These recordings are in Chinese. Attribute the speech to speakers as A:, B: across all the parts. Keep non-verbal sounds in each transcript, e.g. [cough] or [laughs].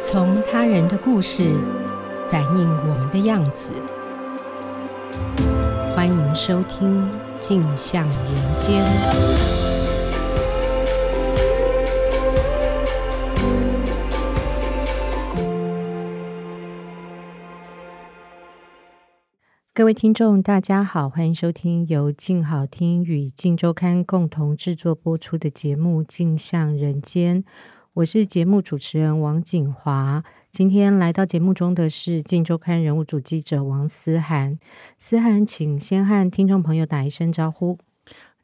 A: 从他人的故事反映我们的样子。欢迎收听《镜像人间》。各位听众，大家好，欢迎收听由静好听与静周刊共同制作播出的节目《镜像人间》，我是节目主持人王景华。今天来到节目中的是静周刊人物组记者王思涵。思涵，请先和听众朋友打一声招呼。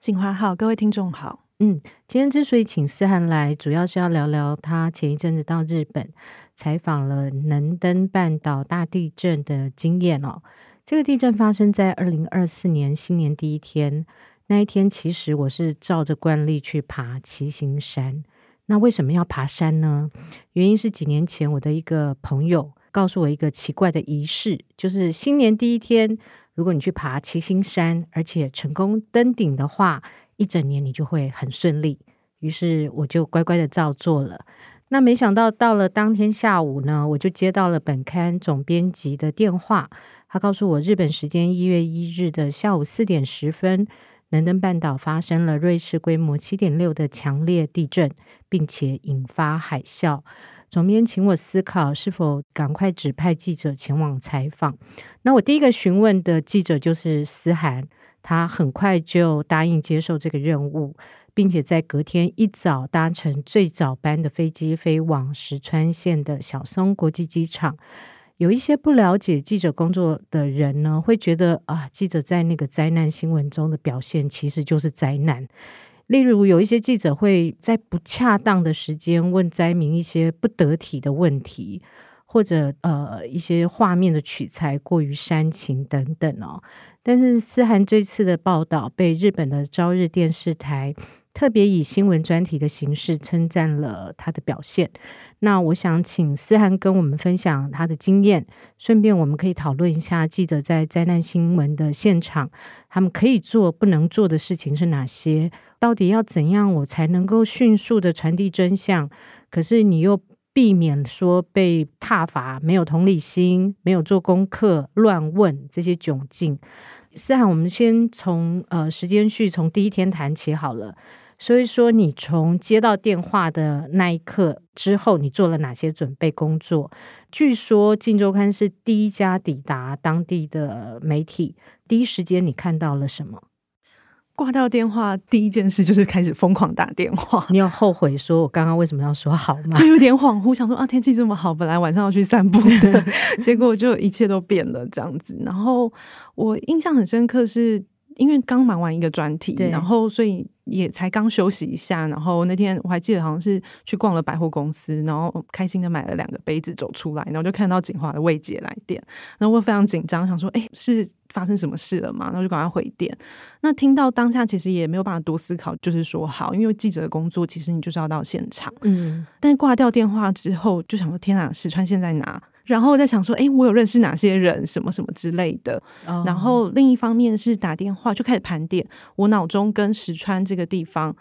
B: 景华好，各位听众好。
A: 嗯，今天之所以请思涵来，主要是要聊聊他前一阵子到日本采访了能登半岛大地震的经验哦。这个地震发生在二零二四年新年第一天，那一天其实我是照着惯例去爬七星山。那为什么要爬山呢？原因是几年前我的一个朋友告诉我一个奇怪的仪式，就是新年第一天，如果你去爬七星山，而且成功登顶的话，一整年你就会很顺利。于是我就乖乖的照做了。那没想到到了当天下午呢，我就接到了本刊总编辑的电话，他告诉我日本时间一月一日的下午四点十分，能登半岛发生了瑞士规模七点六的强烈地震，并且引发海啸。总编请我思考是否赶快指派记者前往采访。那我第一个询问的记者就是思涵，他很快就答应接受这个任务。并且在隔天一早搭乘最早班的飞机飞往石川县的小松国际机场。有一些不了解记者工作的人呢，会觉得啊，记者在那个灾难新闻中的表现其实就是灾难。例如，有一些记者会在不恰当的时间问灾民一些不得体的问题，或者呃一些画面的取材过于煽情等等哦。但是思涵这次的报道被日本的朝日电视台。特别以新闻专题的形式称赞了他的表现。那我想请思涵跟我们分享他的经验，顺便我们可以讨论一下记者在灾难新闻的现场，他们可以做、不能做的事情是哪些？到底要怎样我才能够迅速的传递真相？可是你又避免说被挞伐、没有同理心、没有做功课、乱问这些窘境。思涵，我们先从呃时间序从第一天谈起好了。所以说，你从接到电话的那一刻之后，你做了哪些准备工作？据说《镜周刊》是第一家抵达当地的媒体，第一时间你看到了什么？
B: 挂掉电话，第一件事就是开始疯狂打电话。
A: 你有后悔说我刚刚为什么要说好吗
B: 就？有点恍惚，想说啊，天气这么好，本来晚上要去散步的，结果就一切都变了这样子。然后我印象很深刻是，因为刚忙完一个专题，
A: 对
B: 然后所以也才刚休息一下。然后那天我还记得好像是去逛了百货公司，然后开心的买了两个杯子走出来，然后就看到景华的未接来电，然后我非常紧张，想说哎、诶是。发生什么事了嘛？然后就赶快回电。那听到当下，其实也没有办法多思考，就是说好，因为记者的工作，其实你就是要到现场。
A: [laughs] 嗯，
B: 但挂掉电话之后，就想说天啊，石川现在哪？然后再想说，诶，我有认识哪些人，什么什么之类的。
A: 哦
B: 然后另一方面是打电话，就开始盘点我脑中跟石川这个地方，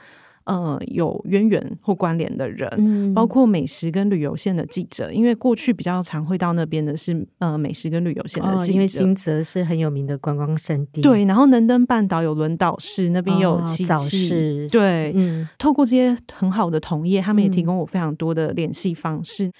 B: 呃，有渊源或关联的人。
A: 嗯
B: 包括美食跟旅游线的记者，因为过去比较常会到那边的是呃美食跟旅游线的
A: 哦，
B: 记者，
A: 因为金泽是很有名的观光胜地，
B: 对，然后能登半岛有轮岛市，那边也有
A: 哦
B: 漆
A: 早
B: 器，
A: 市，
B: 对，
A: 嗯，
B: 透过这些很好的同业，他们也提
A: 嗯
B: 供我非常多的联系方式，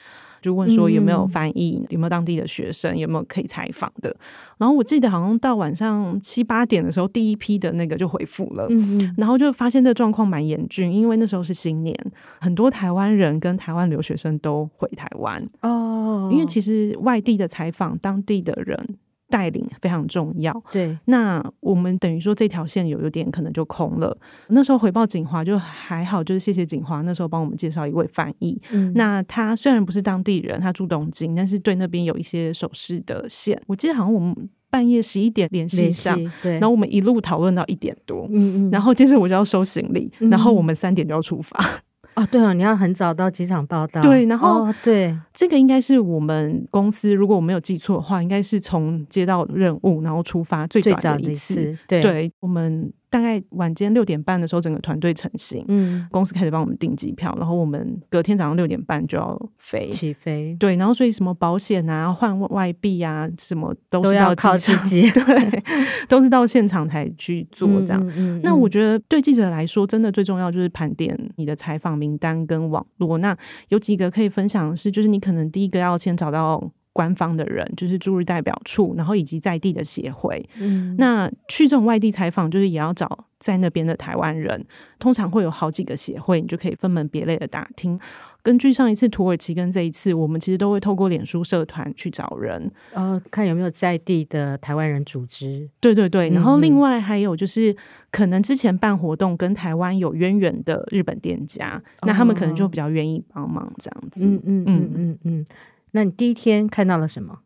B: 就问说有没有翻译，
A: 嗯
B: 有没有当地的学生，有没有可以采访的。然后我记得好像到晚上七八点的时候，第一批的那个就回复了。
A: 嗯嗯，
B: 然后就发现这状况蛮严峻，因为那时候是新年，很多台湾人跟台湾留学生都回台湾，
A: 哦，
B: 因为其实外地的采访，当地的人带领非常重要。
A: 对，
B: 那我们等于说这条线有有点可能就空了。那时候回报景华就还好，就是谢谢景华那时候帮我们介绍一位翻译。
A: 嗯
B: 那他虽然不是当地人，他住东京，但是对那边有一些手势的线。我记得好像我们半夜十一点联系
A: 联
B: 上，
A: 系对，
B: 然后我们一路讨论到一点多。
A: 嗯嗯，
B: 然后接着我就要收行李，
A: 嗯
B: 然后我们三点就要出发。 [laughs]
A: 哦，对哦，你要很早到机场报道。
B: 对然后
A: 哦、对，
B: 这个应该是我们公司，如果我没有记错的话，应该是从接到任务然后出发最
A: 最
B: 短
A: 早
B: 的
A: 的
B: 一
A: 一
B: 次。
A: 次，对，
B: 对我们大概晚间六点半的时候，整个团队成型，
A: 嗯，
B: 公司开始帮我们订机票，然后我们隔天早上六点半就要飞。
A: 起飞
B: 对，然后所以什么保险啊、换外币啊，什么都
A: 都
B: 是
A: 要
B: 到
A: 靠
B: 机
A: 自
B: 场，
A: 己
B: 对，都是到现场才
A: [laughs]
B: 去做这样。
A: 嗯，嗯嗯
B: 那
A: 嗯
B: 我觉得对记者来说，真的最重要就是盘点你的采访名单跟网络。那有几个可以分享的是，就是你可能第一个要先找到官方的人，就是驻日代表处，然后以及在地的协会。
A: 嗯
B: 那去这种外地采访，就是也要找在那边的台湾人，通常会有好几个协会，你就可以分门别类的打听。根据上一次土耳其跟这一次，我们其实都会透过脸书社团去找人。
A: 哦，看有没有在地的台湾人组织，
B: 对对对，然后
A: 嗯嗯
B: 另外还有就是，可能之前办活动跟台湾有渊源的日本店家，那他们可能就比较愿意帮忙这样子。
A: 哦嗯嗯嗯嗯嗯。那你第一天看到了什么？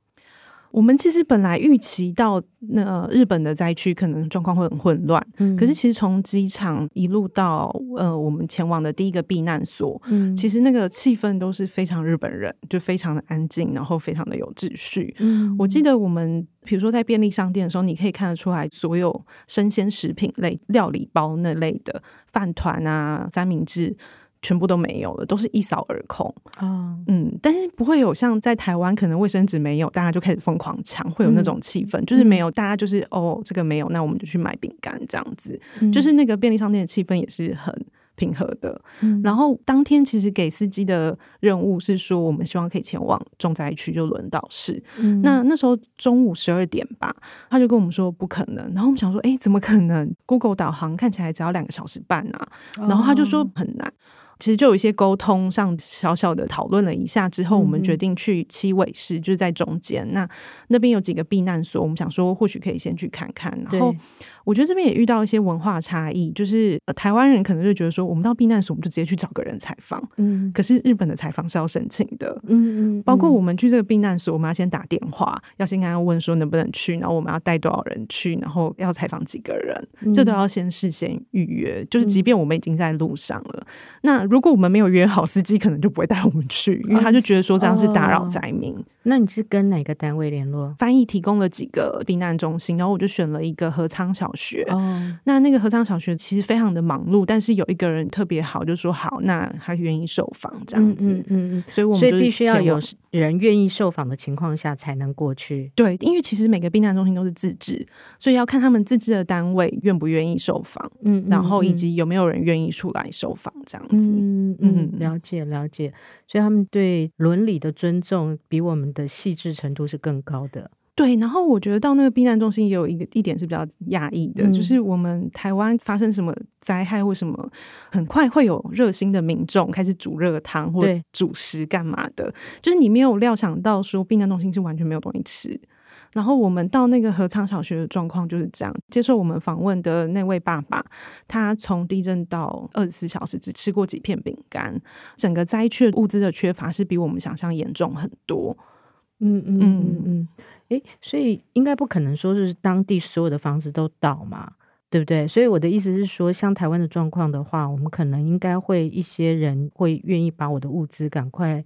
B: 我们其实本来预期到那、呃日本的灾区可能状况会很混乱，
A: 嗯
B: 可是其实从机场一路到呃我们前往的第一个避难所，
A: 嗯
B: 其实那个气氛都是非常日本人，就非常的安静，然后非常的有秩序。
A: 嗯
B: 我记得我们比如说在便利商店的时候，你可以看得出来，所有生鲜食品类、料理包那类的饭团啊、三明治。全部都没有了，都是一扫而空。
A: 哦，
B: 嗯，但是不会有像在台湾，可能卫生纸没有，大家就开始疯狂抢，会有那种气氛，就是没有，大家就是哦，这个没有，那我们就去买饼干这样子。
A: 嗯
B: 就是那个便利商店的气氛也是很平和的。
A: 嗯
B: 然后当天其实给司机的任务是说，我们希望可以前往重灾区，就轮岛市。
A: 嗯
B: 那那时候中午十二点吧，他就跟我们说不可能。然后我们想说，哎，怎么可能？Google 导航看起来只要两个小时半啊。然后他就说
A: 哦
B: 很难。其实就有一些沟通上小小的讨论了一下之后，我们
A: 嗯
B: 决定去七尾市，就是在中间。那那边有几个避难所，我们想说或许可以先去看看。然后
A: 哦对
B: 我觉得这边也遇到一些文化差异，就是、呃台湾人可能就觉得说，我们到避难所我们就直接去找个人采访，
A: 嗯
B: 可是日本的采访是要申请的。
A: 嗯嗯，
B: 包括
A: 嗯
B: 我们去这个避难所，我们要先打电话，要先跟他问说能不能去，然后我们要带多少人去，然后要采访几个人。
A: 嗯
B: 这都要先事先预约。就是，即便我们已经在路上了，那如果我们没有约好，司机可能就不会带我们去，因为他就觉得说这样是打扰灾民。
A: 那你是跟哪个单位联络？
B: 翻译提供了几个避难中心，然后我就选了一个合仓小学。
A: 哦，
B: 那那个合仓小学其实非常的忙碌，但是有一个人特别好，就说好，那他愿意受访这样子，
A: 嗯嗯嗯
B: 所以我
A: 嗯，
B: 们
A: 所以
B: 就是
A: 必须要
B: 前
A: 有
B: 往
A: 人愿意受访的情况下才能过去。
B: 对，因为其实每个避难中心都是自治，所以要看他们自治的单位愿不愿意受访，
A: 嗯，
B: 然后以
A: 嗯
B: 及有没有人愿意出来受访这样子。
A: 嗯
B: 嗯
A: 嗯，了解了解，所以他们对伦理的尊重比我们的细致程度是更高的。
B: 对，然后我觉得到那个避难中心也有一个一点是比较讶异的，
A: 嗯
B: 就是我们台湾发生什么灾害或什么，很快会有热心的民众开始煮热汤或
A: 对
B: 煮食干嘛的，就是你没有料想到说避难中心是完全没有东西吃。然后我们到那个合昌小学的状况就是这样，接受我们访问的那位爸爸，他从地震到二十四小时只吃过几片饼干，整个灾区的物资的缺乏是比我们想象严重很多。
A: 嗯嗯
B: 嗯
A: 嗯嗯，诶、所以应该不可能说是当地所有的房子都倒嘛，对不对？所以我的意思是说，像台湾的状况的话，我们可能应该会一些人会愿意把我的物资赶快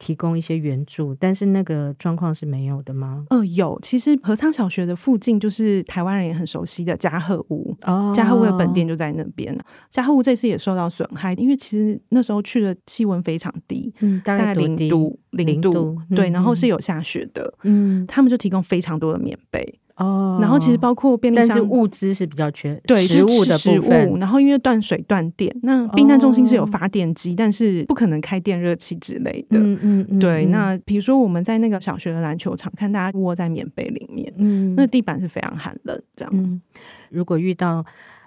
A: 提供一些援助，但是那个状况是没有的吗？
B: 呃，有，其实合昌小学的附近就是台湾人也很熟悉的嘉禾屋，
A: 哦
B: 嘉禾屋的本店就在那边。嘉禾屋这次也受到损害，因为其实那时候去的气温非常低，
A: 嗯，大
B: 大
A: 概
B: 概
A: 多
B: 零
A: 低，
B: 度，零
A: 零
B: 度，
A: 度
B: 对，
A: 嗯
B: 然后是
A: 嗯
B: 有下雪的。
A: 嗯，
B: 他们就提供非常多的棉被，
A: 哦，
B: 然后其实包括便利
A: 但是
B: 商。
A: 物资是比较缺，
B: 对，
A: 食
B: 就是
A: 物的
B: 吃食
A: 部
B: 物，
A: 分，
B: 然后因为断水断电，那避难中心是有
A: 哦
B: 发电机，但是不可能开电热器之类的。
A: 嗯嗯嗯，
B: 对，
A: 嗯
B: 那比如说我们在那个小学的篮球场，看大家窝在棉被里面，
A: 嗯
B: 那地板是非常寒冷，这样。
A: 嗯，如果遇到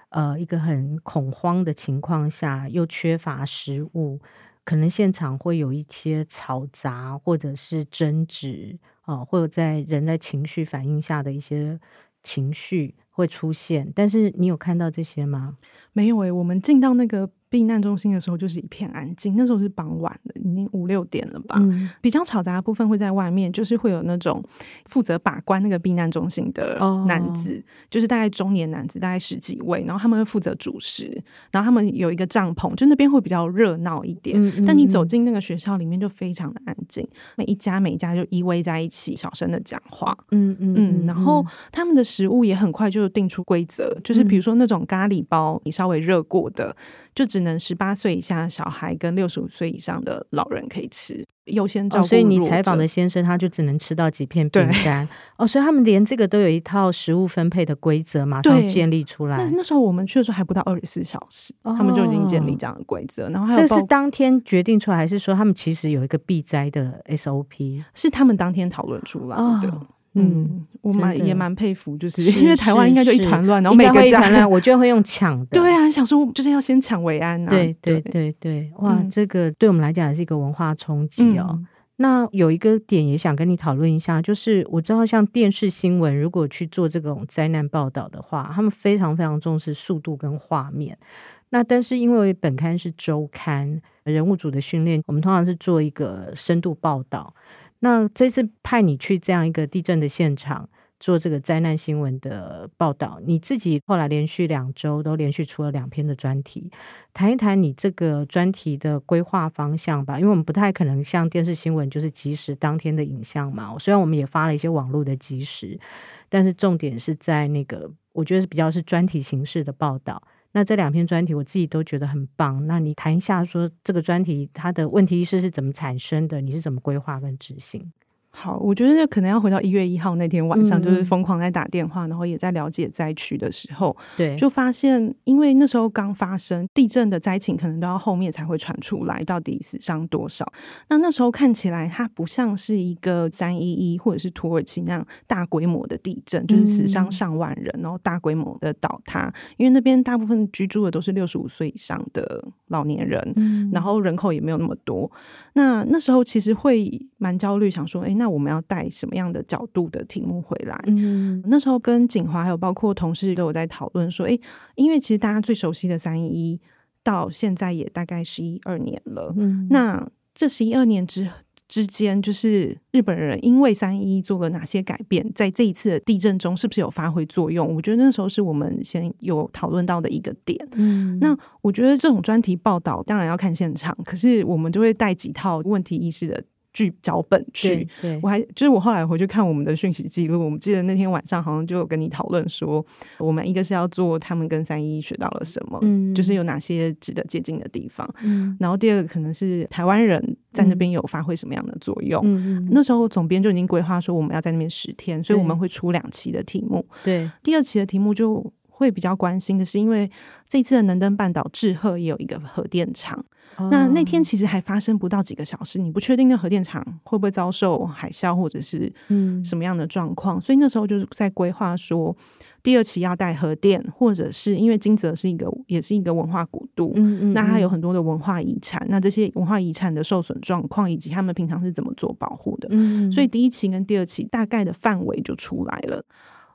A: 呃一个很恐慌的情况下，又缺乏食物，可能现场会有一些嘈杂或者是争执啊、呃或者在人在情绪反应下的一些情绪会出现。但是你有看到这些吗？
B: 欸没有诶、我们进到那个避难中心的时候，就是一片安静。那时候是傍晚了，你已经五六点了吧。
A: 嗯，
B: 比较吵杂的部分会在外面，就是会有那种负责把关那个避难中心的
A: 哦
B: 男子，就是大概中年男子，大概十几位，然后他们会负责主食，然后他们有一个帐篷，就那边会比较热闹一点。
A: 嗯
B: 但你走
A: 嗯
B: 进那个学校里面就非常的安静，每一家每一家就依偎在一起，小声的讲话。
A: 嗯嗯嗯
B: 嗯，然后他们的食物也很快就定出规则，就是比如说那种咖喱包，你稍微热过的，就只能十八岁以下的小孩跟六十五岁以上的老人可以吃，优先照
A: 哦，
B: 顾、
A: 所以你采访的。先生他就只能吃到几片饼
B: 对
A: 干哦，所以他们连这个都有一套食物分配的规则，马上
B: 对
A: 建立出
B: 那
A: 来。
B: 那时候我们去的时候还不到二十四小时，他们就已经建立这样的规则，然后还
A: 这
B: 有
A: 个
B: 包
A: 是当天决定出来，还是说他们其实有一个避灾的 SOP？
B: 是他们当天讨论出来的。
A: 哦嗯，
B: 嗯，我
A: 真
B: 蛮
A: 的
B: 也蛮佩服，就是
A: 是
B: 因为台湾应该就一团乱，然后
A: 应
B: 每
A: 该
B: 个
A: 会一
B: 家
A: 团乱，我就会用抢的。
B: [laughs] 对啊，想说就是要先抢维安啊，
A: 对对对对，哇，
B: 嗯
A: 这个对我们来讲也是一个文化冲击哦。
B: 嗯
A: 那有一个点也想跟你讨论一下，就是我知道像电视新闻如果去做这种灾难报道的话，他们非常非常重视速度跟画面。那但是因为本刊是周刊，人物组的训练，我们通常是做一个深度报道。那这次派你去这样一个地震的现场做这个灾难新闻的报道，你自己后来连续两周都连续出了两篇的专题，谈一谈你这个专题的规划方向吧，因为我们不太可能像电视新闻就是即时当天的影像嘛。虽然我们也发了一些网络的即时，但是重点是在那个，我觉得是比较是专题形式的报道。那这两篇专题我自己都觉得很棒。那你谈一下说这个专题它的问题意识是怎么产生的？你是怎么规划跟执行？
B: 好，我觉得可能要回到一月一号那天晚上，
A: 嗯
B: 就是疯狂在打电话，然后也在了解灾区的时候，
A: 对，
B: 就发现，因为那时候刚发生地震的灾情，可能都要后面才会传出来，到底死伤多少。那那时候看起来，它不像是一个三一一或者是土耳其那样大规模的地震，就是死
A: 嗯
B: 伤上万人，然后大规模的倒塌。因为那边大部分居住的都是六十五岁以上的老年人，
A: 嗯
B: 然后人口也没有那么多。那那时候其实会蛮焦虑，想说，诶，那我们要带什么样的角度的题目回来？
A: 嗯
B: 那时候跟景华还有包括同事都有在讨论说，诶，因为其实大家最熟悉的三一一到现在也大概十一二年了，
A: 嗯
B: 那这十一二年之之间，就是日本人因为三一做了哪些改变，在这一次的地震中是不是有发挥作用？我觉得那时候是我们先有讨论到的一个点。
A: 嗯
B: 那我觉得这种专题报道当然要看现场，可是我们就会带几套问题意识的剧脚本去
A: 对。对
B: 我还就是我后来回去看我们的讯息记录，我们记得那天晚上好像就有跟你讨论说，我们一个是要做他们跟三一学到了什么，
A: 嗯
B: 就是有哪些值得借鉴的地方，
A: 嗯
B: 然后第二个可能是台湾人在那边有发挥什么样的作用。
A: 嗯嗯
B: 那时候总编就已经规划说我们要在那边十天，所以
A: 对
B: 我们会出两期的题目。
A: 对
B: 第二期的题目就会比较关心的是，因为这次的能登半岛志贺也有一个核电厂，
A: 哦
B: 那那天其实还发生不到几个小时，你不确定那核电厂会不会遭受海啸或者是
A: 嗯
B: 什么样的状况，所以那时候就是在规划说，第二期要带核电，或者是因为金泽是一个也是一个文化古都。
A: 嗯嗯
B: 那它有
A: 嗯
B: 很多的文化遗产，那这些文化遗产的受损状况，以及他们平常是怎么做保护的，
A: 嗯
B: 所以第一期跟第二期大概的范围就出来了。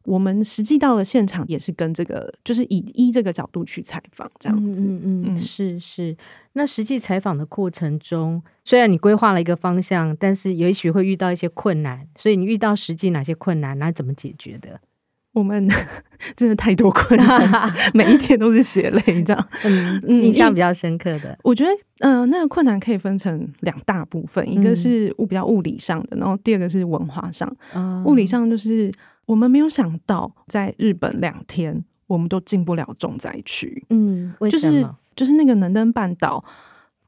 B: 我们实际到了现场，也是跟这个，就是以一这个角度去采访这样子。
A: 嗯嗯嗯，
B: 嗯
A: 是是。那实际采访的过程中，虽然你规划了一个方向，但是也许会遇到一些困难，所以你遇到实际哪些困难，那怎么解决 [laughs] 的？
B: [laughs] 我们 [laughs] 真的太多
A: [laughs]
B: 困难了，每一天都是血泪这样。
A: 嗯，
B: 嗯
A: 印象
B: 因
A: 比较深刻的，
B: 我觉得，呃，那个困难可以分成两大部分，一
A: 嗯
B: 个是物比较物理上的，然后第二个是文化上。
A: 啊
B: 物理上就是我们没有想到，在日本两天我们都进不了重灾区。
A: 嗯，为
B: 就
A: 什
B: 是
A: 么？
B: 就是那个能登半岛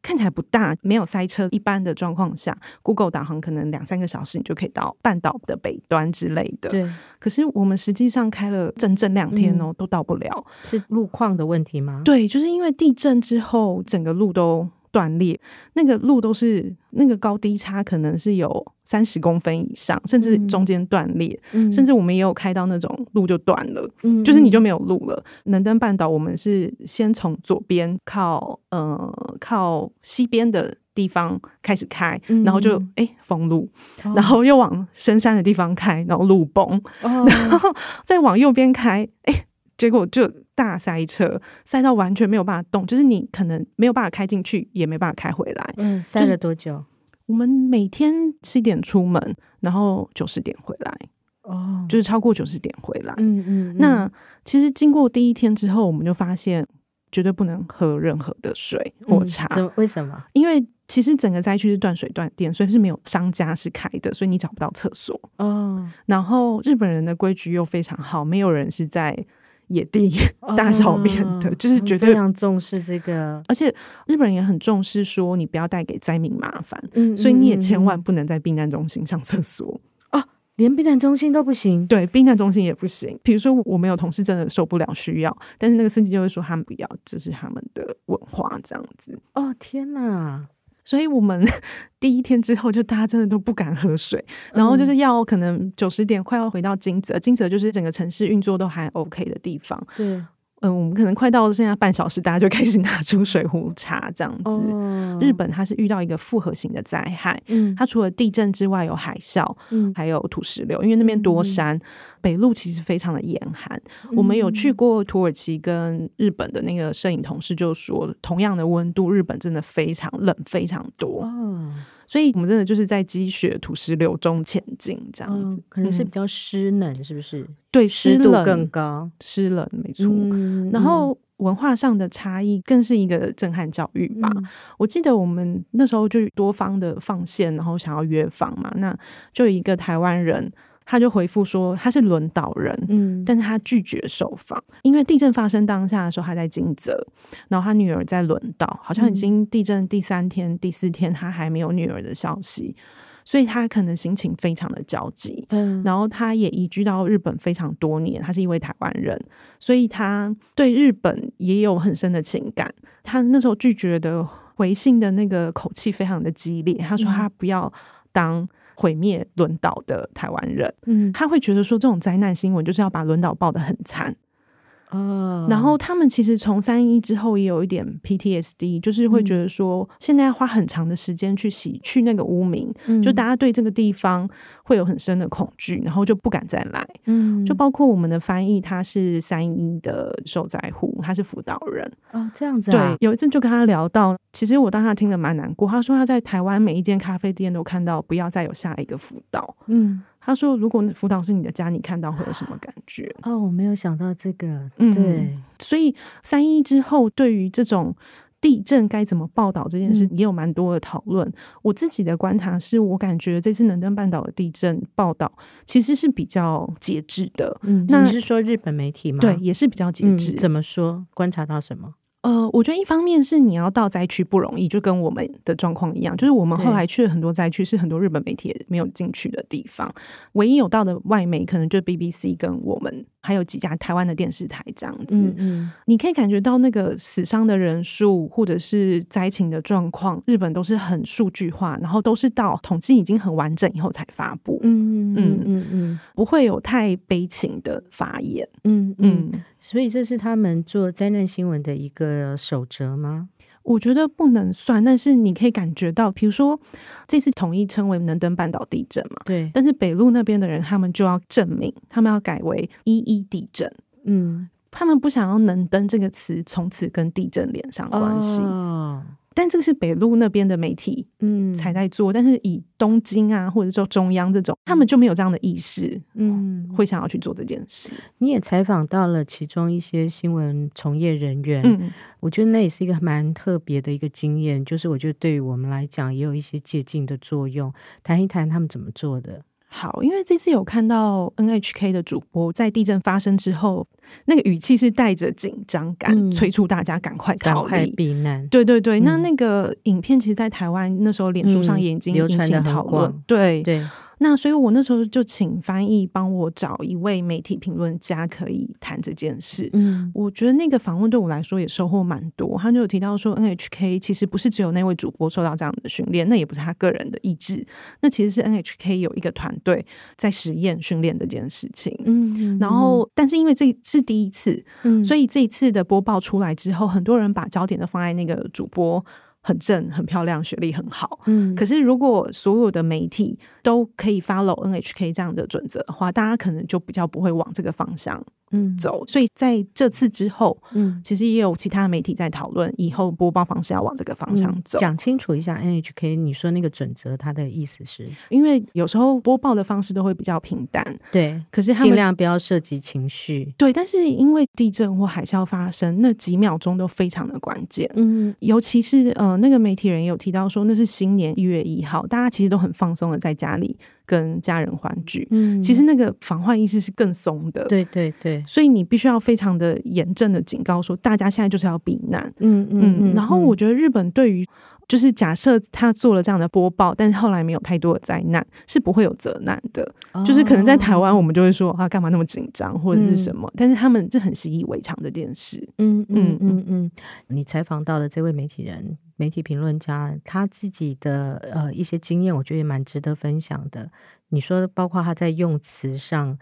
B: 看起来不大，没有塞车，一般的状况下，Google 导航可能两三个小时你就可以到半岛的北端之类的。
A: 对，嗯
B: 可是我们实际上开了整整两天哦，都到不了。
A: 是路况的问题吗？
B: 对，就是因为地震之后，整个路都。断裂，那个路都是那个高低差，可能是有三十公分以上，甚至
A: 嗯
B: 中间断裂，
A: 嗯，
B: 甚至我们也有开到那种路就断了，
A: 嗯
B: 就是你就
A: 嗯
B: 没有路了。能登半岛，我们是先从左边靠呃靠西边的地方开始开，
A: 嗯
B: 然后就
A: 嗯
B: 哎、诶封路，
A: 哦
B: 然后又往深山的地方开，然后路崩，
A: 哦
B: 然后再往右边开，哎、结果就大塞车，塞到完全没有办法动，就是你可能没有办法开进去，也没办法开回来。
A: 嗯，塞了多久？
B: 我们每天七点出门，然后九十点回来，
A: 哦，
B: 就是超过九十点回来。
A: 嗯嗯，
B: 那其实经过第一天之后，我们就发现绝对不能喝任何的水或茶，
A: 嗯怎么为什么？
B: 因为其实整个灾区是断水断电，所以是没有商家是开的，所以你找不到厕所。
A: 哦，
B: 然后日本人的规矩又非常好，没有人是在野地 [laughs] 大小便的，
A: 哦
B: 就是
A: 他们
B: 绝
A: 非
B: 对。
A: 常重视这个，
B: 而且日本人也很重视说你不要带给灾民麻烦，
A: 嗯，
B: 所以你也
A: 嗯
B: 千万
A: 嗯
B: 不能在避难中心上厕所。
A: 连避难中心都不行。
B: 对，避难中心也不行。比如说，我们有同事真的受不了需要，但是那个司机就会说他们不要，这是他们的文化这样子。
A: 哦，天哪！
B: 所以我们 [laughs] 第一天之后，就大家真的都不敢喝水，然后就是要可能九十点快要回到金泽，金泽就是整个城市运作都还 OK 的地方。
A: 对，
B: 嗯，我们可能快到剩下半小时，大家就开始拿出水壶茶这样子。
A: 哦，
B: 日，本它是遇到一个复合型的灾害，
A: 嗯，
B: 它除了地震之外，有海啸，
A: 嗯，
B: 还有土石流，因为那边多山，北路其实非常的严寒。我们有
A: 嗯
B: 去过土耳其跟日本的那个摄影同事就说，同样的温度，日本真的非常冷，非常多，
A: 哦，
B: 所以我们真的就是在积雪、土石流中前进这
A: 这
B: 样子。
A: 哦可能是
B: 嗯
A: 比较湿冷，是不是？
B: 对
A: 湿
B: 湿
A: 度更
B: 冷，
A: 高，
B: 湿冷没错。
A: 嗯
B: 然后文化上的差异更是一个震撼教
A: 嗯
B: 育吧。，我记得我们那时候就多方的放线，然后想要约访嘛，那就有一个台湾人，他就回复说他是轮岛人。
A: 嗯，嗯
B: 但是他拒绝受访，因为地震发生当下的时候，他在金泽，然后他女儿在轮岛，好像已经地震第三天、第四天，他还没有女儿的消息，所以他可能心情非常的焦急。
A: 嗯，
B: 然后他也移居到日本非常多年，他是一位台湾人，所以他对日本也有很深的情感。他那时候拒绝的回信的那个口气非常的激烈，他说
A: 嗯
B: 他不要当毁灭轮岛的台湾人，
A: 嗯，
B: 他会觉得说这种灾难新闻就是要把轮岛报得很惨。
A: 哦，
B: 然后他们其实从三一之后也有一点 PTSD，就是会觉得说现在要花很长的时间去洗去那个污名，
A: 嗯
B: 就大家对这个地方会有很深的恐惧，然后就不敢再来。
A: 嗯，嗯，
B: 就包括我们的翻译，他是三一的受灾户，他是辅导人。
A: 哦这样子
B: 对
A: 啊，，
B: 有一次就跟他聊到，其实我当下听得蛮难过。他说他在台湾每一间咖啡店都看到不要再有下一个辅导。
A: 嗯，
B: 他说如果辅导是你的家，你看到会有什么感觉？
A: 哦，我没有想到这个，
B: 嗯
A: 对，
B: 所以三一之后，对于这种地震该怎么报道这件事，
A: 嗯
B: 也有蛮多的讨论。我自己的观察是，我感觉这次能登半岛的地震报道其实是比较节制的，
A: 嗯，
B: 那
A: 你是说日本媒体吗？
B: 对，，也是比较节
A: 嗯，
B: 制。
A: 怎么说？观察到什么？
B: 呃，我觉得一方面是你要到灾区不容易，就跟我们的状况一样，就是我们
A: 对
B: 后来去了很多灾区，是很多日本媒体也没有进去的地方，唯一有到的外媒可能就 BBC 跟我们还有几家台湾的电视台这样子。
A: 嗯嗯，
B: 你可以感觉到那个死伤的人数或者是灾情的状况，日本都是很数据化，然后都是到统计已经很完整以后才发布，
A: 嗯嗯
B: 嗯
A: 嗯嗯
B: 不会有太悲情的发言。
A: 嗯嗯，
B: 嗯，
A: 所以这是他们做灾难新闻的一个守则吗？
B: 我觉得不能算，但是你可以感觉到，比如说这次统一称为能登半岛地震嘛，
A: 对，
B: 但是北路那边的人他们就要证明，他们要改为一一地震，
A: 嗯，
B: 他们不想要“能登”这个词从此跟地震连上 [laughs] 关系。
A: 哦，
B: 但这个是北路那边的媒体
A: 嗯，
B: 才在做，但是以东京啊，或者说中央这种，他们就没有这样的意识，
A: 嗯，
B: 会想要去做这件事。
A: 你也采访到了其中一些新闻从业人员，
B: 嗯
A: 我觉得那也是一个蛮特别的一个经验，就是我觉得对于我们来讲也有一些借鉴的作用。谈一谈他们怎么做的，
B: 好，因为这次有看到 NHK 的主播在地震发生之后，那个语气是带着紧张感，
A: 嗯
B: 催促大家赶快
A: 赶
B: 逃
A: 快
B: 离。
A: 避难。
B: 对对对，
A: 嗯
B: 那那个影片其实，在台湾那时候，脸书上
A: 嗯
B: 也已经
A: 流
B: 引
A: 传
B: 起
A: 得很
B: 讨论。
A: 广
B: 对，
A: 对，
B: 那所以我那时候就请翻译帮我找一位媒体评论家，可以谈这件事。
A: 嗯
B: 我觉得那个访问对我来说也收获蛮多。他就有提到说，NHK 其实不是只有那位主播受到这样的训练，那也不是他个人的意志，那其实是 NHK 有一个团队在实验训练这件事情。
A: 嗯
B: 然后，但是因为这是第一次，
A: 嗯
B: 所
A: 以
B: 以这一次的播报出来之后，很多人把焦点都放在那个主播很正、很漂亮、学历很好。
A: 嗯
B: 可是，如果所有的媒体都可以 follow NHK 这样的准则的话，大家可能就比较不会往这个方向
A: 嗯
B: 走。所以在这次之后，
A: 嗯，
B: 其实也有其他媒体在讨论，以后播报方式要往这个方向
A: 嗯
B: 走。
A: 讲清楚一下 NHK，你说那个准则，它的意思是
B: 因为有时候播报的方式都会比较平淡，
A: 对，
B: 可是他
A: 尽
B: 们
A: 量不要涉及情绪。
B: 对，但是因为地震或海啸发生，那几秒钟都非常的关键。
A: 嗯
B: 尤其是呃，那个媒体人有提到说，那是新年一月一号，大家其实都很放松的在家里跟家人欢聚。
A: 嗯
B: 其实那个防患意识是更松的，，
A: 对对对，
B: 所以你必须要非常的严正的警告说，大家现在就是要避难。
A: 嗯
B: 嗯，然后我觉得日本对于就是假设他做了这样的播报，但是后来没有太多的灾难，是不会有责难的。就是可能在台
A: 哦
B: 湾，我们就会说啊，干嘛那么紧张或者
A: 嗯
B: 是什么，但是他们是很习以为常这件事。
A: 嗯嗯
B: 嗯
A: 嗯嗯，你采访到的这位媒体人、媒体评论家，他自己的呃一些经验，我觉得也蛮值得分享的。你说，包括他在用词上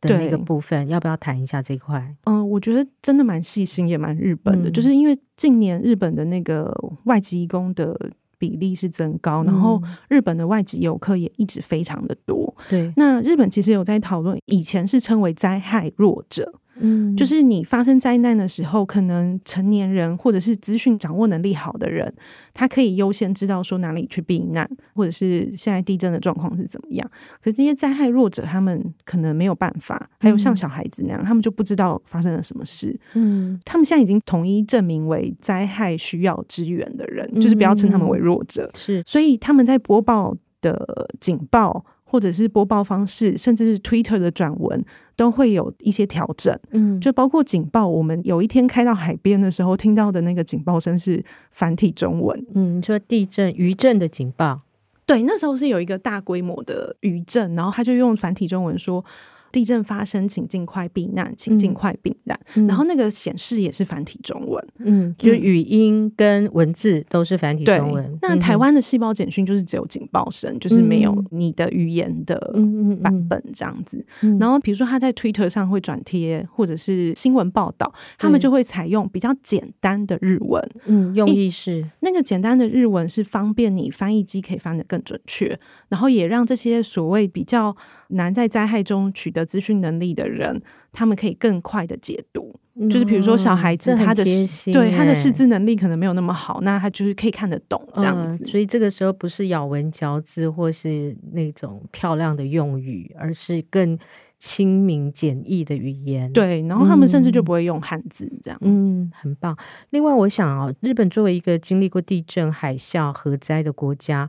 A: 的那个
B: 对
A: 部分，要不要谈一下这一块？
B: 嗯、我觉得真的蛮细心，也蛮日本的，
A: 嗯
B: 就是因为近年日本的那个外籍移工的比例是增高，然后
A: 嗯
B: 日本的外籍游客也一直非常的多。
A: 对，
B: 那日本其实有在讨论，以前是称为灾害弱者，
A: 嗯
B: 就是你发生灾难的时候，可能成年人或者是资讯掌握能力好的人，他可以优先知道说哪里去避难，或者是现在地震的状况是怎么样。可是这些灾害弱者，他们可能没有办法，还有像小孩子那样，他们就不知道发生了什么事。
A: 嗯
B: 他们现在已经统一证明为灾害需要支援的人，就是不要称他们为弱者。
A: 是
B: 所以他们在播报的警报，或者是播报方式，甚至是 Twitter 的转文，都会有一些调整。
A: 嗯
B: 就包括警报，我们有一天开到海边的时候，听到的那个警报声是繁体中文。
A: 嗯，你说地震、余震的警报，
B: 对，那时候是有一个大规模的余震，然后他就用繁体中文说。地震发生，请尽快避难，请尽快避难。然后那个显示也是繁体中文，
A: 嗯，就
B: 嗯
A: 语音跟文字都是繁体
B: 对
A: 中文。。
B: 那
A: 嗯
B: 台
A: 哼
B: 湾的细胞简讯就是只有警报声，就是没有
A: 嗯
B: 你的语言的
A: 嗯嗯
B: 版
A: 嗯
B: 本这样子。
A: 嗯
B: 然后比如说他在 Twitter 上会转贴，或者是新闻报道，他们
A: 对
B: 就会采用比较简单的日文。
A: 嗯用意是
B: 那个简单的日文是方便你翻译机可以翻得更准确，然后也让这些所谓比较难在灾害中取得资讯能力的人，他们可以更快的解读。就是比如说小孩子
A: 嗯这很
B: 他的
A: 贴
B: 识
A: 心
B: 对他的
A: 耶
B: 识字能力可能没有那么好，那他就是可以看得懂这样
A: 嗯
B: 子。
A: 所以这个时候不是咬文嚼字或是那种漂亮的用语，而是更亲民简易的语言。，
B: 对，然后他们甚至就
A: 嗯
B: 不会用汉字这样。
A: 嗯，很棒。另外，我想哦，日本作为一个经历过地震、海啸、核灾的国家，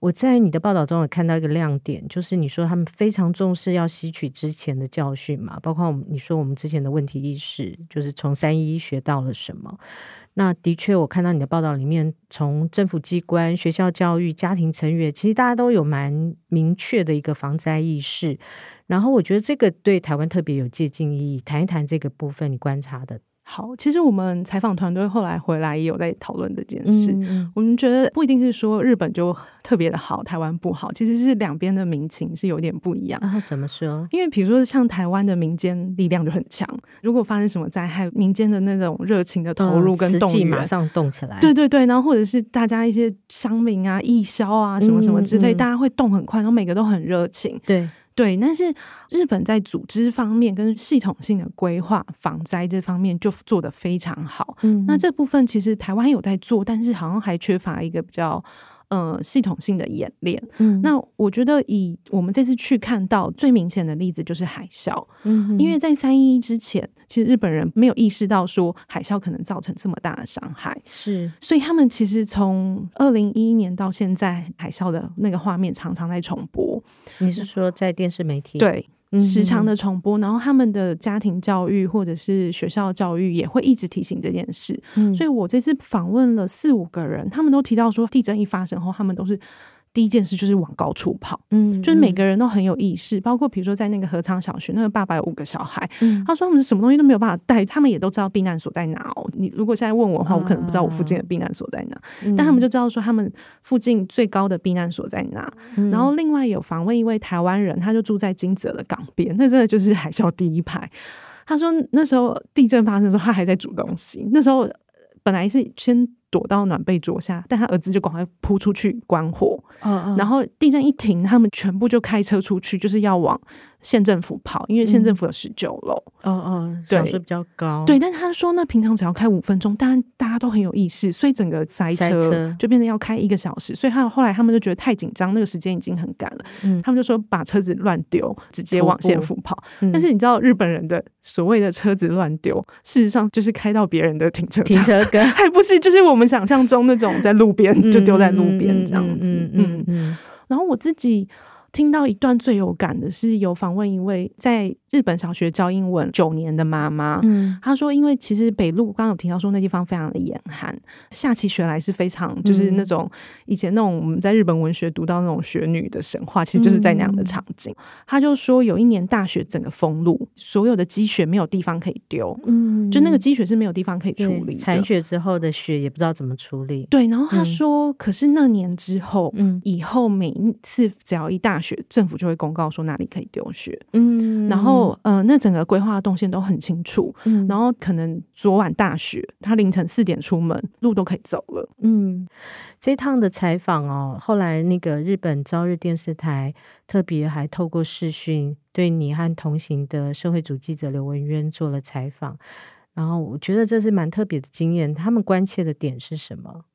A: 我在你的报道中也看到一个亮点，就是你说他们非常重视要吸取之前的教训嘛，包括我们你说我们之前的问题意识，就是从三一学到了什么。那的确，我看到你的报道里面，从政府机关、学校教育、家庭成员，其实大家都有蛮明确的一个防灾意识。然后我觉得这个对台湾特别有借鉴意义。谈一谈这个部分，你观察的
B: 好，其实我们采访团队后来回来也有在讨论这件事。
A: 嗯
B: 我们觉得不一定是说日本就特别的好，台湾不好，其实是两边的民情是有点不一样。
A: 然后啊怎么说？
B: 因为比如说像台湾的民间力量就很强，如果发生什么灾害，民间的那种热情的 [laughs] 投入跟
A: 嗯
B: 动
A: 实际
B: 员，
A: 马上动起来。
B: 对对对，然后或者是大家一些乡民啊、义消啊什么什么之类，
A: 嗯嗯
B: 大家会动很快，然后每个都很热情。
A: 对，
B: 对，但是日本在组织方面跟系统性的规划防灾这方面就做得非常好。
A: 嗯
B: 那这部分其实台湾有在做，但是好像还缺乏一个比较呃系统性的演练。
A: 嗯
B: 那我觉得以我们这次去看到最明显的例子就是海啸，
A: 嗯
B: 因为在三一一之前，其实日本人没有意识到说海啸可能造成这么大的伤害。
A: 是
B: 所以他们其实从二零一一年到现在，海啸的那个画面常常在重播，
A: 你是说在电视媒体
B: 嗯对，
A: 对嗯
B: 时常的重播。然后他们的家庭教育或者是学校教育也会一直提醒这件事。
A: 嗯
B: 所以我这次访问了四五个人，他们都提到说，地震一发生后，他们都是第一件事就是往高处跑，
A: 嗯
B: 就是每个人都很有意识，包括比如说在那个河仓小学，那个爸爸有五个小孩，
A: 嗯
B: 他说他们是什么东西都没有办法带，他们也都知道避难所在哪哦。你如果现在问我的话，我可能不知道我附近的避难所在哪，
A: 嗯
B: 但他们就知道说他们附近最高的避难所在哪。
A: 嗯
B: 然后另外有访问一位台湾人，他就住在金泽的港边，那真的就是海啸第一排。他说那时候地震发生的时候，他还在煮东西。那时候呃本来是先躲到暖被桌下，但他儿子就赶快扑出去关火。
A: 哦哦
B: 然后地震一停，他们全部就开车出去，就是要往县政府跑，因为县政府有十九楼。
A: 嗯哦哦，
B: 对
A: 少数比较高，
B: 对，但是他说那平常只要开五分钟，当然大家都很有意识，所以整个塞
A: 塞车
B: 车就变成要开一个小时。所以他后来他们就觉得太紧张，那个时间已经很赶了，
A: 嗯，
B: 他们就说把车子乱丢，直接
A: 徒
B: 往县
A: 步
B: 府跑。
A: 嗯，
B: 但是你知道日本人的所谓的车子乱丢，事实上就是开到别人的停车
A: 停
B: 场，
A: 车格
B: 还不是就是我们想象中那种在路边 [laughs] 就丢在路边这样子。
A: 嗯嗯
B: 嗯，
A: 嗯
B: 然后我自己。听到一段最有感的是，有访问一位在日本小学教英文九年的妈妈，
A: 嗯
B: 他说，因为其实北路刚刚有提到说那地方非常的严寒，下起雪来是非常就是
A: 嗯
B: 那种、以前那种我们在日本文学读到那种雪女的神话，其实就是在那
A: 嗯
B: 样的场景。他就说有一年大雪整个封路，所有的积雪没有地方可以丢，
A: 嗯
B: 就那个积雪是没有地方可以
A: 对
B: 处理
A: 残
B: 的。
A: 血之后的血也不知道怎么处理，
B: 对，然后他
A: 嗯
B: 说，可是那年之后。
A: 嗯
B: 以后每一次只要一大雪，政府就会公告说哪里可以丢雪，
A: 嗯
B: 然后呃，那整个规划的动线都很清楚，
A: 嗯
B: 然后可能昨晚大雪，他凌晨四点出门，路都可以走了。
A: 嗯，这趟的采访哦，后来那个日本朝日电视台特别还透过视讯对你和同行的社会主记者刘文渊做了采访，然后我觉得这是蛮特别的经验。他们关切的点是什么？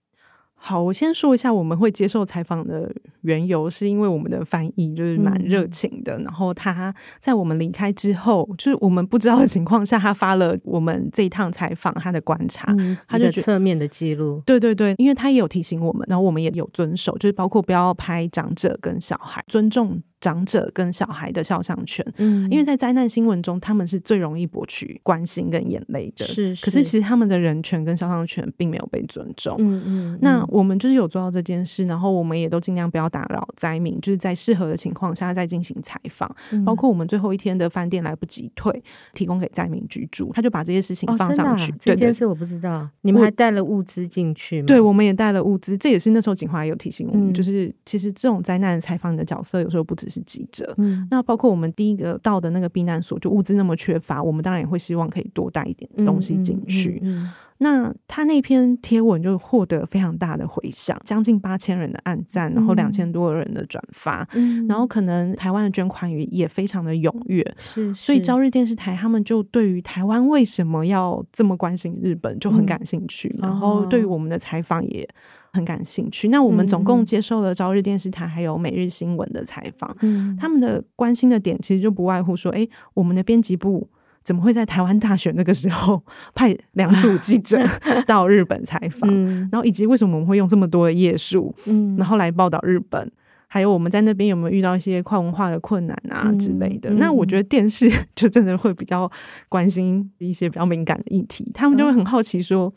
B: 好，我先说一下我们会接受采访的缘由，是因为我们的翻译就是蛮
A: 嗯
B: 热情的。然后他在我们离开之后，就是我们不知道的情况下，他发了我们这一趟采访他的观察。
A: 嗯，
B: 啊他
A: 一
B: 就
A: 个
B: 觉
A: 侧面的记录。
B: 对对对，因为他也有提醒我们，然后我们也有遵守，就是包括不要拍长者跟小孩，尊重长者跟小孩的肖像权。
A: 嗯
B: 因为在灾难新闻中，他们是最容易博取关心跟眼泪的。
A: 是
B: 可是
A: 是
B: 其实他们的人权跟肖像权并没有被尊重。
A: 嗯嗯，
B: 那
A: 嗯
B: 我们就是有做到这件事，然后我们也都尽量不要打扰灾民，就是在适合的情况下再进行采访。
A: 嗯
B: 包括我们最后一天的饭店来不及退，提供给灾民居住，他就把这些事情
A: 哦，
B: 放
A: 真的
B: 上
A: 啊
B: 去。
A: 这
B: 对对
A: 件事我不知道，你们
B: 我
A: 还带了物资进去吗？
B: 对，我们也带了物资，这也是那时候景华有提醒我们，
A: 嗯
B: 就是其实这种灾难的采访的角色，有时候不只是记者，
A: 嗯，
B: 那包括我们第一个到的那个避难所，就物资那么缺乏，我们当然也会希望可以多带一点
A: 嗯
B: 东西
A: 嗯
B: 进
A: 嗯
B: 去。
A: 嗯
B: 那他那篇贴文就获得非常大的回响，将近八千人的按赞，然后
A: 嗯
B: 两千多人的转发，
A: 嗯
B: 然后可能台湾的捐款也也非常的踊跃。
A: 是，
B: 所以
A: 嗯是
B: 朝日电视台他们就对于台湾为什么要这么关心日本就很感兴趣，
A: 嗯
B: 然后对于我们的采访也很感兴趣。那我们总
A: 嗯
B: 共接受了朝日电视台还有每日新闻的采访，
A: 嗯
B: 他们的关心的点其实就不外乎说，诶，我们的编辑部怎么会在台湾大选那个时候 [laughs] 派两组记
A: [laughs]
B: 者到日本采访？
A: 嗯
B: 然后以及为什么我们会用这么多的页数，
A: 嗯
B: 然后来报道日本？还有我们在那边有没有遇到一些跨文化的困难啊
A: 嗯
B: 之类的？
A: 嗯
B: 那我觉得电视 [laughs] 就真的会比较关心一些比较敏感的议题，他们
A: 嗯
B: 就会很好奇说。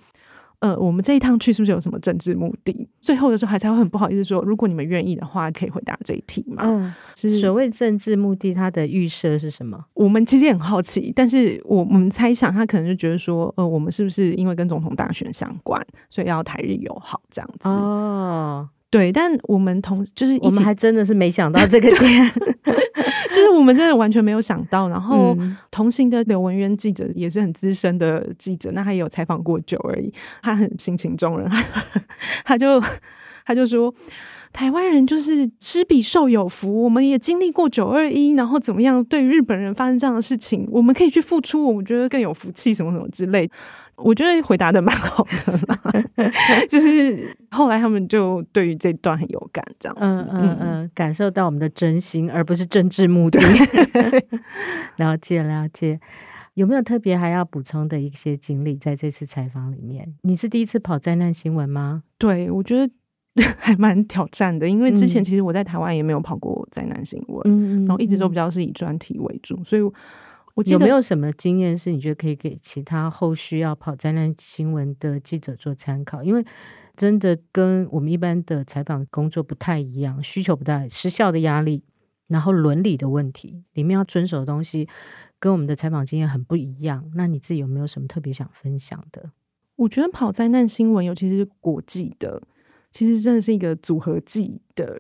B: 呃，我们这一趟去是不是有什么政治目的？最后的时候还才会很不好意思说，如果你们愿意的话，可以回答这一题嘛？
A: 嗯，
B: 是
A: 所谓政治目的，它的预设是什么？
B: 我们其实也很好奇，但是我我们猜想，他可能就觉得说，呃，我们是不是因为跟总统大选相关，所以要台日友好这样子？
A: 哦，
B: 对，但我们同就是
A: 我
B: 一
A: 们
B: 起，
A: 还真的是没想到这 [laughs] 个点。
B: 就是我们真的完全没有想到。然后、
A: 嗯
B: 同行的刘文渊记者也是很资深的记者，那他也有采访过久而已，他很性情中人， [laughs] 他他就他就说。台湾人就是吃彼受有福，我们也经历过九二一，然后怎么样？对于日本人发生这样的事情，我们可以去付出，我们觉得更有福气，什么什么之类。我觉得回答的蛮好的啦，就是后来他们就对于这段很有感，这样
A: 嗯
B: 子。
A: 嗯嗯，感受到我们的真心，而不是政治目的。 [laughs] 了解了解，有没有特别还要补充的一些经历在这次采访里面？你是第一次跑灾难新闻吗？
B: 对，我觉得 [laughs] 还蛮挑战的，因为之前
A: 嗯
B: 其实我在台湾也没有跑过灾难新闻，
A: 嗯，嗯
B: 然后一直都比
A: 嗯
B: 较是以专题为主，所以我记
A: 有
B: 得
A: 没有什么经验是你觉得可以给其他后续要跑灾难新闻的记者做参考？因为真的跟我们一般的采访工作不太一样，需求不大，时效的压力，然后伦理的问题，里面要遵守的东西跟我们的采访经验很不一样。那你自己有没有什么特别想分享的？
B: 我觉得跑灾难新闻，尤其是国际的，其实真的是一个组合技的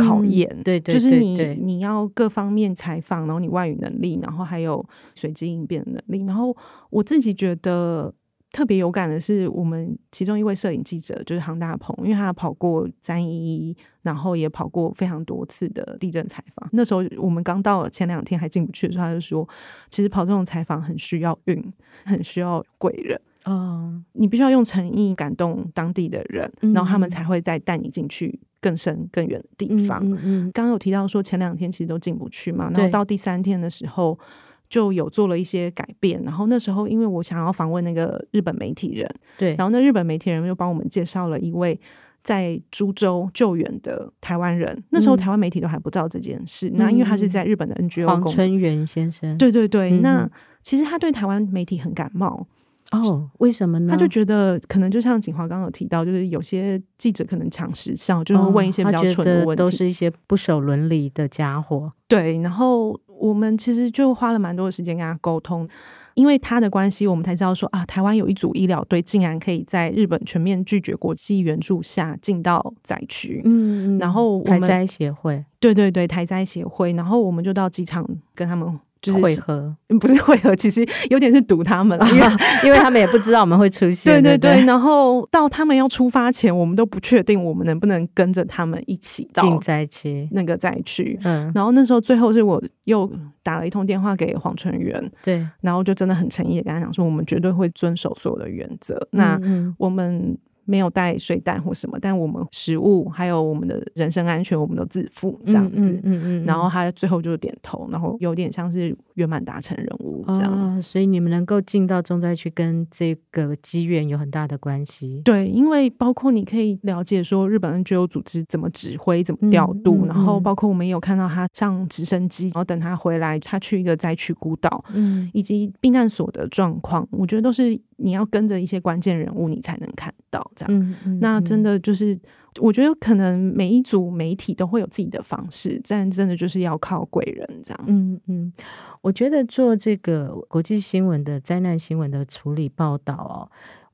B: 考
A: 嗯
B: 验。
A: 对对，
B: 就是
A: 对
B: 你
A: 对
B: 你要各方面采访，然后你外语能力，然后还有随机应变的能力。然后我自己觉得特别有感的是，我们其中一位摄影记者就是杭大鹏，因为他跑过三一一，然后也跑过非常多次的地震采访。那时候我们刚到前两天还进不去的时候，他就说，其实跑这种采访很需要运，很需要贵人。
A: 哦，
B: 你必须要用诚意感动当地的人，
A: 嗯
B: 然后他们才会再带你进去更深更远的地
A: 嗯
B: 方。
A: 嗯嗯，
B: 刚刚有提到说前两天其实都进不去嘛，然
A: 对
B: 后到第三天的时候就有做了一些改变。然后那时候因为我想要访问那个日本媒体人，
A: 对，
B: 然后那日本媒体人就帮我们介绍了一位。在株洲救援的台湾人，那时候
A: 嗯
B: 台湾媒体都还不知道这件事。那因为他是在日本的 NGO
A: 黄
B: 工作，
A: 春元先生，
B: 对对对。
A: 嗯
B: 那其实他对台湾媒体很感冒，
A: 哦，为什么呢？
B: 他就觉得可能就像景华刚刚有提到，就是有些记者可能抢时效，就是会问一些比较
A: 哦他觉
B: 蠢的
A: 得
B: 问
A: 都
B: 题。
A: 是一些不守伦理的家伙。
B: 对，然后我们其实就花了蛮多的时间跟他沟通，因为他的关系，我们才知道说啊，台湾有一组医疗队竟然可以在日本全面拒绝国际援助下进到灾区。
A: 嗯
B: 然后我
A: 台
B: 们
A: 灾协会
B: 对对对，台灾协会，然后我们就到机场跟他们就是
A: 会合，
B: 不是会合，其实有点是堵他们， [laughs] 因为
A: 因为他们也不知道我们会出
B: 对
A: 现。
B: 对
A: [laughs] 对
B: 对， [laughs] 然后到他们要出发前，我们都不确定我们能不能跟着他们一起到
A: 进灾区，
B: 那个灾区。
A: 嗯，
B: 然后那时候最后是我又打了一通电话给黄春元，
A: 对。
B: 然后就真的很诚意的跟他讲说，我们绝对会遵守所有的原则。那
A: 嗯嗯
B: 我们没有带水弹或什么，但我们食物还有我们的人身安全，我们都自负这样子。
A: 嗯嗯嗯嗯
B: 然后他最后就点头，然后有点像是圆满达成任务这样。
A: 哦，所以你们能够进到重灾区，跟这个机缘有很大的关系。
B: 对，因为包括你可以了解说日本 NGO 组织怎么指挥、怎么调
A: 嗯
B: 度，
A: 嗯
B: 然后
A: 嗯
B: 包括我们也有看到他上直升机，然后等他回来，他去一个灾区孤岛，
A: 嗯，
B: 以及避难所的状况，我觉得都是你要跟着一些关键人物，你才能看到这样。
A: 嗯嗯
B: 那真
A: 的
B: 的就是，我觉得可能每一组媒体都会有自己的方式，但真的就是要靠贵人这样。
A: 嗯嗯，我觉得做这个国际新闻的灾难新闻的处理报道哦，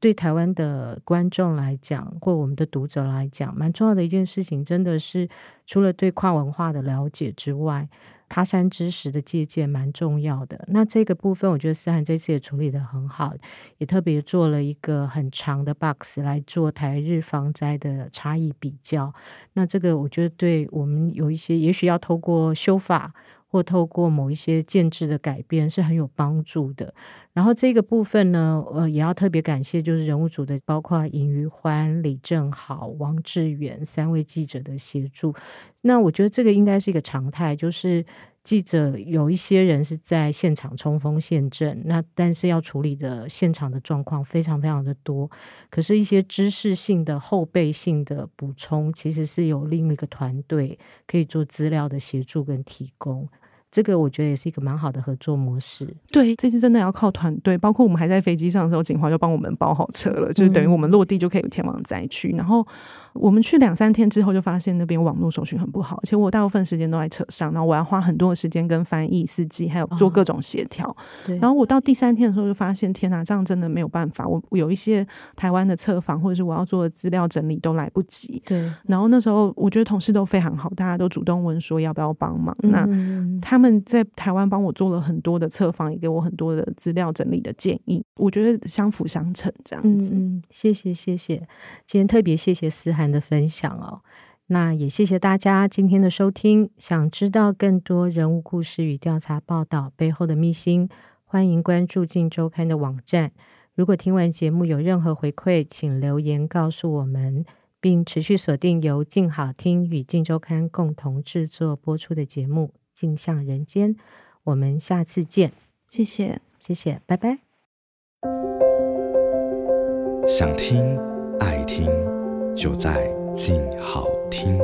A: 对台湾的观众来讲，或我们的读者来讲，蛮重要的一件事情，真的是除了对跨文化的了解之外，他山之石的借鉴蛮重要的。那这个部分，我觉得思涵这次也处理的很好，也特别做了一个很长的 box 来做台日防灾的差异比较。那这个我觉得对我们有一些，也许要透过修法。或透过某一些建制的改变是很有帮助的。然后这个部分呢，呃，也要特别感谢就是人物组的，包括尹于欢、李正豪、王志远三位记者的协助。那我觉得这个应该是一个常态，就是记者有一些人是在现场冲锋陷阵，那但是要处理的现场的状况非常非常的多，可是，一些知识性的后备性的补充，其实是有另一个团队可以做资料的协助跟提供。这个我觉得也是一个蛮好的合作模式。
B: 对，这次真的要靠团队，包括我们还在飞机上的时候，景华就帮我们包好车了，就是
A: 嗯
B: 等于我们落地就可以前往灾区。然后我们去两三天之后，就发现那边网络搜寻很不好，而且我大部分时间都在车上，然后我要花很多的时间跟翻译、司机还有
A: 哦
B: 做各种协调。
A: 对
B: 然后我到第三天的时候就发现，天哪，这样真的没有办法。我我有一些台湾的测访或者是我要做的资料整理都来不及。
A: 对，
B: 然后那时候我觉得同事都非常好，大家都主动问说要不要帮忙。那
A: 嗯
B: 他们在台湾帮我做了很多的测访，也给我很多的资料整理的建议，我觉得相辅相成这样
A: 嗯
B: 子。
A: 嗯，谢谢谢谢，今天特别谢谢思涵的分享哦。那也谢谢大家今天的收听。想知道更多人物故事与调查报道背后的秘辛，欢迎关注《镜周刊》的网站。如果听完节目有任何回馈，请留言告诉我们，并持续锁定由静好听与静周刊共同制作播出的节目《镜像人间》。我们下次见，
B: 谢谢。
A: 谢谢，拜拜。
C: 想听爱听，就在静好听。